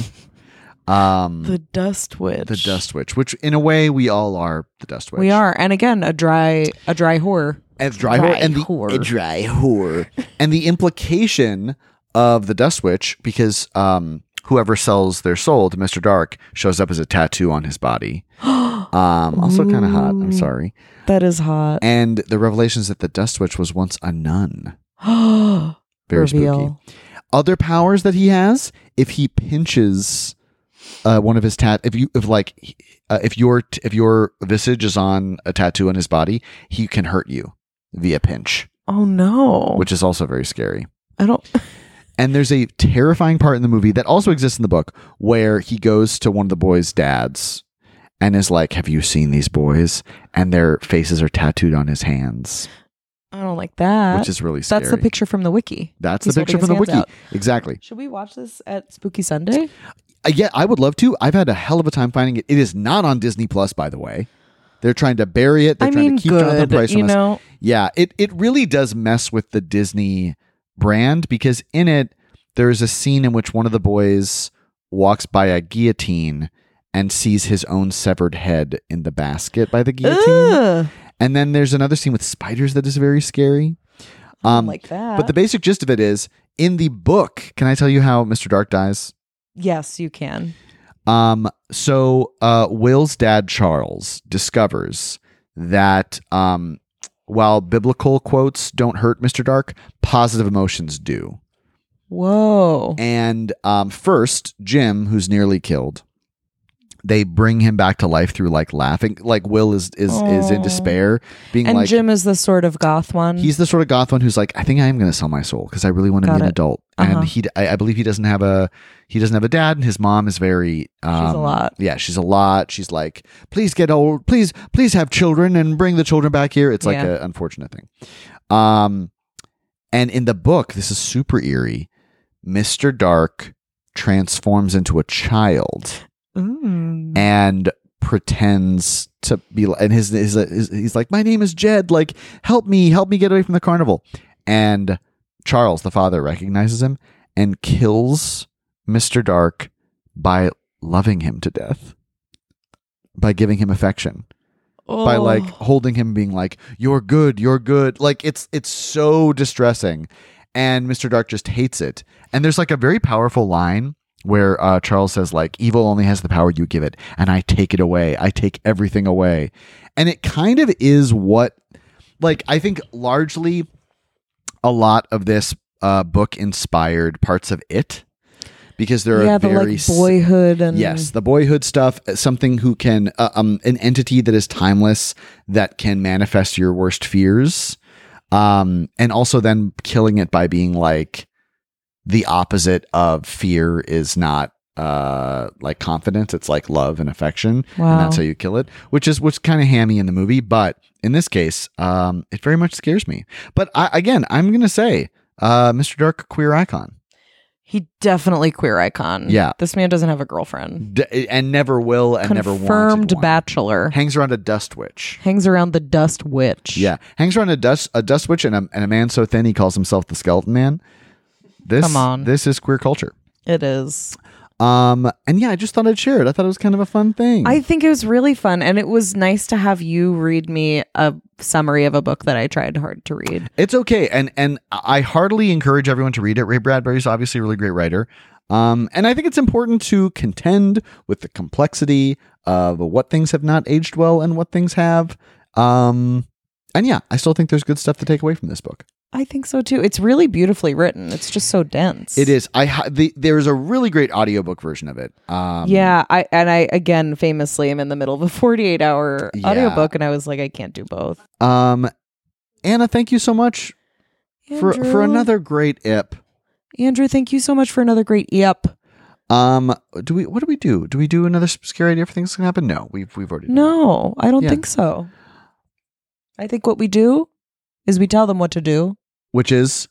Speaker 1: um the,
Speaker 2: the dust witch.
Speaker 1: dust witch which in a way we all are the dust witch
Speaker 2: We are, and again, a dry, a dry whore.
Speaker 1: and dry,
Speaker 2: Dry
Speaker 1: whore and the
Speaker 2: whore.
Speaker 1: a dry whore and the implication of the dust witch because um whoever sells their soul to mr dark shows up as a tattoo on his body um also kind of hot i'm
Speaker 2: Ooh.
Speaker 1: sorry
Speaker 2: That is hot.
Speaker 1: and the revelations that the dust witch was once a nun very spooky
Speaker 2: Reveal.
Speaker 1: other powers that he has if he pinches uh, one of his tat if you if like he- uh, if your t- if your visage is on a tattoo on his body he can hurt you via pinch
Speaker 2: Oh no!
Speaker 1: which is also very scary
Speaker 2: I don't.
Speaker 1: and there's a terrifying part in the movie that also exists in the book where he goes to one of the boys dads and is like have you seen these boys and their faces are tattooed on his hands
Speaker 2: I don't like that.
Speaker 1: which is really scary
Speaker 2: That's the picture from the wiki.
Speaker 1: that's the
Speaker 2: He's
Speaker 1: picture from
Speaker 2: holding
Speaker 1: the
Speaker 2: his
Speaker 1: wiki
Speaker 2: hands
Speaker 1: exactly
Speaker 2: Should we watch this at Spooky Sunday?
Speaker 1: Uh, yeah, I would love to. I've had a hell of a time finding it. It is not on Disney Plus, by the way. They're trying to bury it. They're
Speaker 2: I
Speaker 1: trying
Speaker 2: mean,
Speaker 1: to keep Jonathan
Speaker 2: good.
Speaker 1: Price
Speaker 2: You
Speaker 1: on us.
Speaker 2: know,
Speaker 1: Yeah, it it really does mess with the Disney brand because in it there is a scene in which one of the boys walks by a guillotine and sees his own severed head in the basket by the guillotine.
Speaker 2: Ugh,
Speaker 1: And then there's another scene with spiders that is very scary.
Speaker 2: I don't
Speaker 1: Um,
Speaker 2: like that.
Speaker 1: but the basic gist of it is in the book. Can I tell you how Mr. Dark dies?
Speaker 2: yes, you can.
Speaker 1: Um, so uh, Will's dad, Charles, discovers that um, while biblical quotes don't hurt Mr. Dark, positive emotions do.
Speaker 2: Whoa!
Speaker 1: And um, first, Jim, who's nearly killed, they bring him back to life through like laughing. Like Will is is is in
Speaker 4: Aw.
Speaker 1: despair, being
Speaker 2: And
Speaker 1: like
Speaker 2: Jim is the sort of goth one.
Speaker 1: he's the sort of goth one who's like, I think I am going to sell my soul because I really want to
Speaker 2: Got
Speaker 1: be an
Speaker 2: it.
Speaker 1: adult.
Speaker 2: Uh-huh.
Speaker 1: And he, d- I, I believe he doesn't have a he doesn't have a dad, and his mom is very um,
Speaker 2: lot.
Speaker 1: Yeah, she's a lot. She's like, please get old, please please have children and bring the children back here. It's like
Speaker 2: Yeah.
Speaker 1: an unfortunate thing. Um, and in the book, this is super eerie. Mister Dark transforms into a child
Speaker 2: Mm.
Speaker 1: and pretends to be li- and his, his, his he's like my name is jed like help me help me get away from the carnival and charles the father recognizes him and kills mr dark by loving him to death by giving him affection by
Speaker 2: Oh.
Speaker 1: like holding him being like you're good you're good like it's it's so distressing and mr dark just hates it and there's like a very powerful line where uh, charles says like evil only has the power you give it and i take it away i take everything away and it kind of is what like i think largely a lot of this uh, book inspired parts of it because there are
Speaker 2: yeah, the
Speaker 1: very
Speaker 2: like
Speaker 1: s-
Speaker 2: boyhood and
Speaker 1: Yes, the boyhood stuff, something who can, uh, um, an entity that is timeless that can manifest your worst fears. Um, and also then killing it by being like the opposite of fear is not, uh, like confidence. It's like love and affection.
Speaker 2: Wow.
Speaker 1: And that's how you kill it, which is what's kind of hammy in the movie. But in this case, um, it very much scares me. But I, again, I'm going to say, uh, Mr. Dark, queer icon.
Speaker 2: He definitely queer icon.
Speaker 1: Yeah.
Speaker 2: This man doesn't have a girlfriend.
Speaker 1: D- and never will and never wanted
Speaker 2: Confirmed
Speaker 1: one.
Speaker 2: bachelor.
Speaker 1: hangs around a dust witch.
Speaker 2: Hangs around the dust witch.
Speaker 1: Yeah, hangs around a dust a dust witch and a, and a man so thin he calls himself the skeleton man. This
Speaker 2: Come on.
Speaker 1: this is queer culture.
Speaker 2: It is.
Speaker 1: Um, and yeah, I just thought I'd share it. I thought it was kind of a fun thing.
Speaker 2: I think it was really fun. And it was nice to have you read me a summary of a book that I tried hard to read.
Speaker 1: it's okay, and and I heartily encourage everyone to read it. Ray Bradbury's obviously a really great writer. Um, and I think it's important to contend with the complexity of what things have not aged well and what things have. Um, and yeah, I still think there's good stuff to take away from this book.
Speaker 2: I think so too. It's really beautifully written. It's just so dense.
Speaker 1: It is. I hi- the, there is a really great audiobook version of it. Um,
Speaker 2: yeah, I and I again famously am in the middle of a 48 hour
Speaker 1: Yeah.
Speaker 2: audiobook and I was like I can't do both.
Speaker 1: Um, Anna, thank you so much for for another great ip.
Speaker 2: Andrew, thank you so much for another great E yep.
Speaker 1: Um, do we? What do we do? Do we do another s- scary idea for things that can happen? No, we've we've already. done
Speaker 2: No, I don't
Speaker 1: Yeah.
Speaker 2: think so. I think what we do is we tell them what to do.
Speaker 1: that. Which is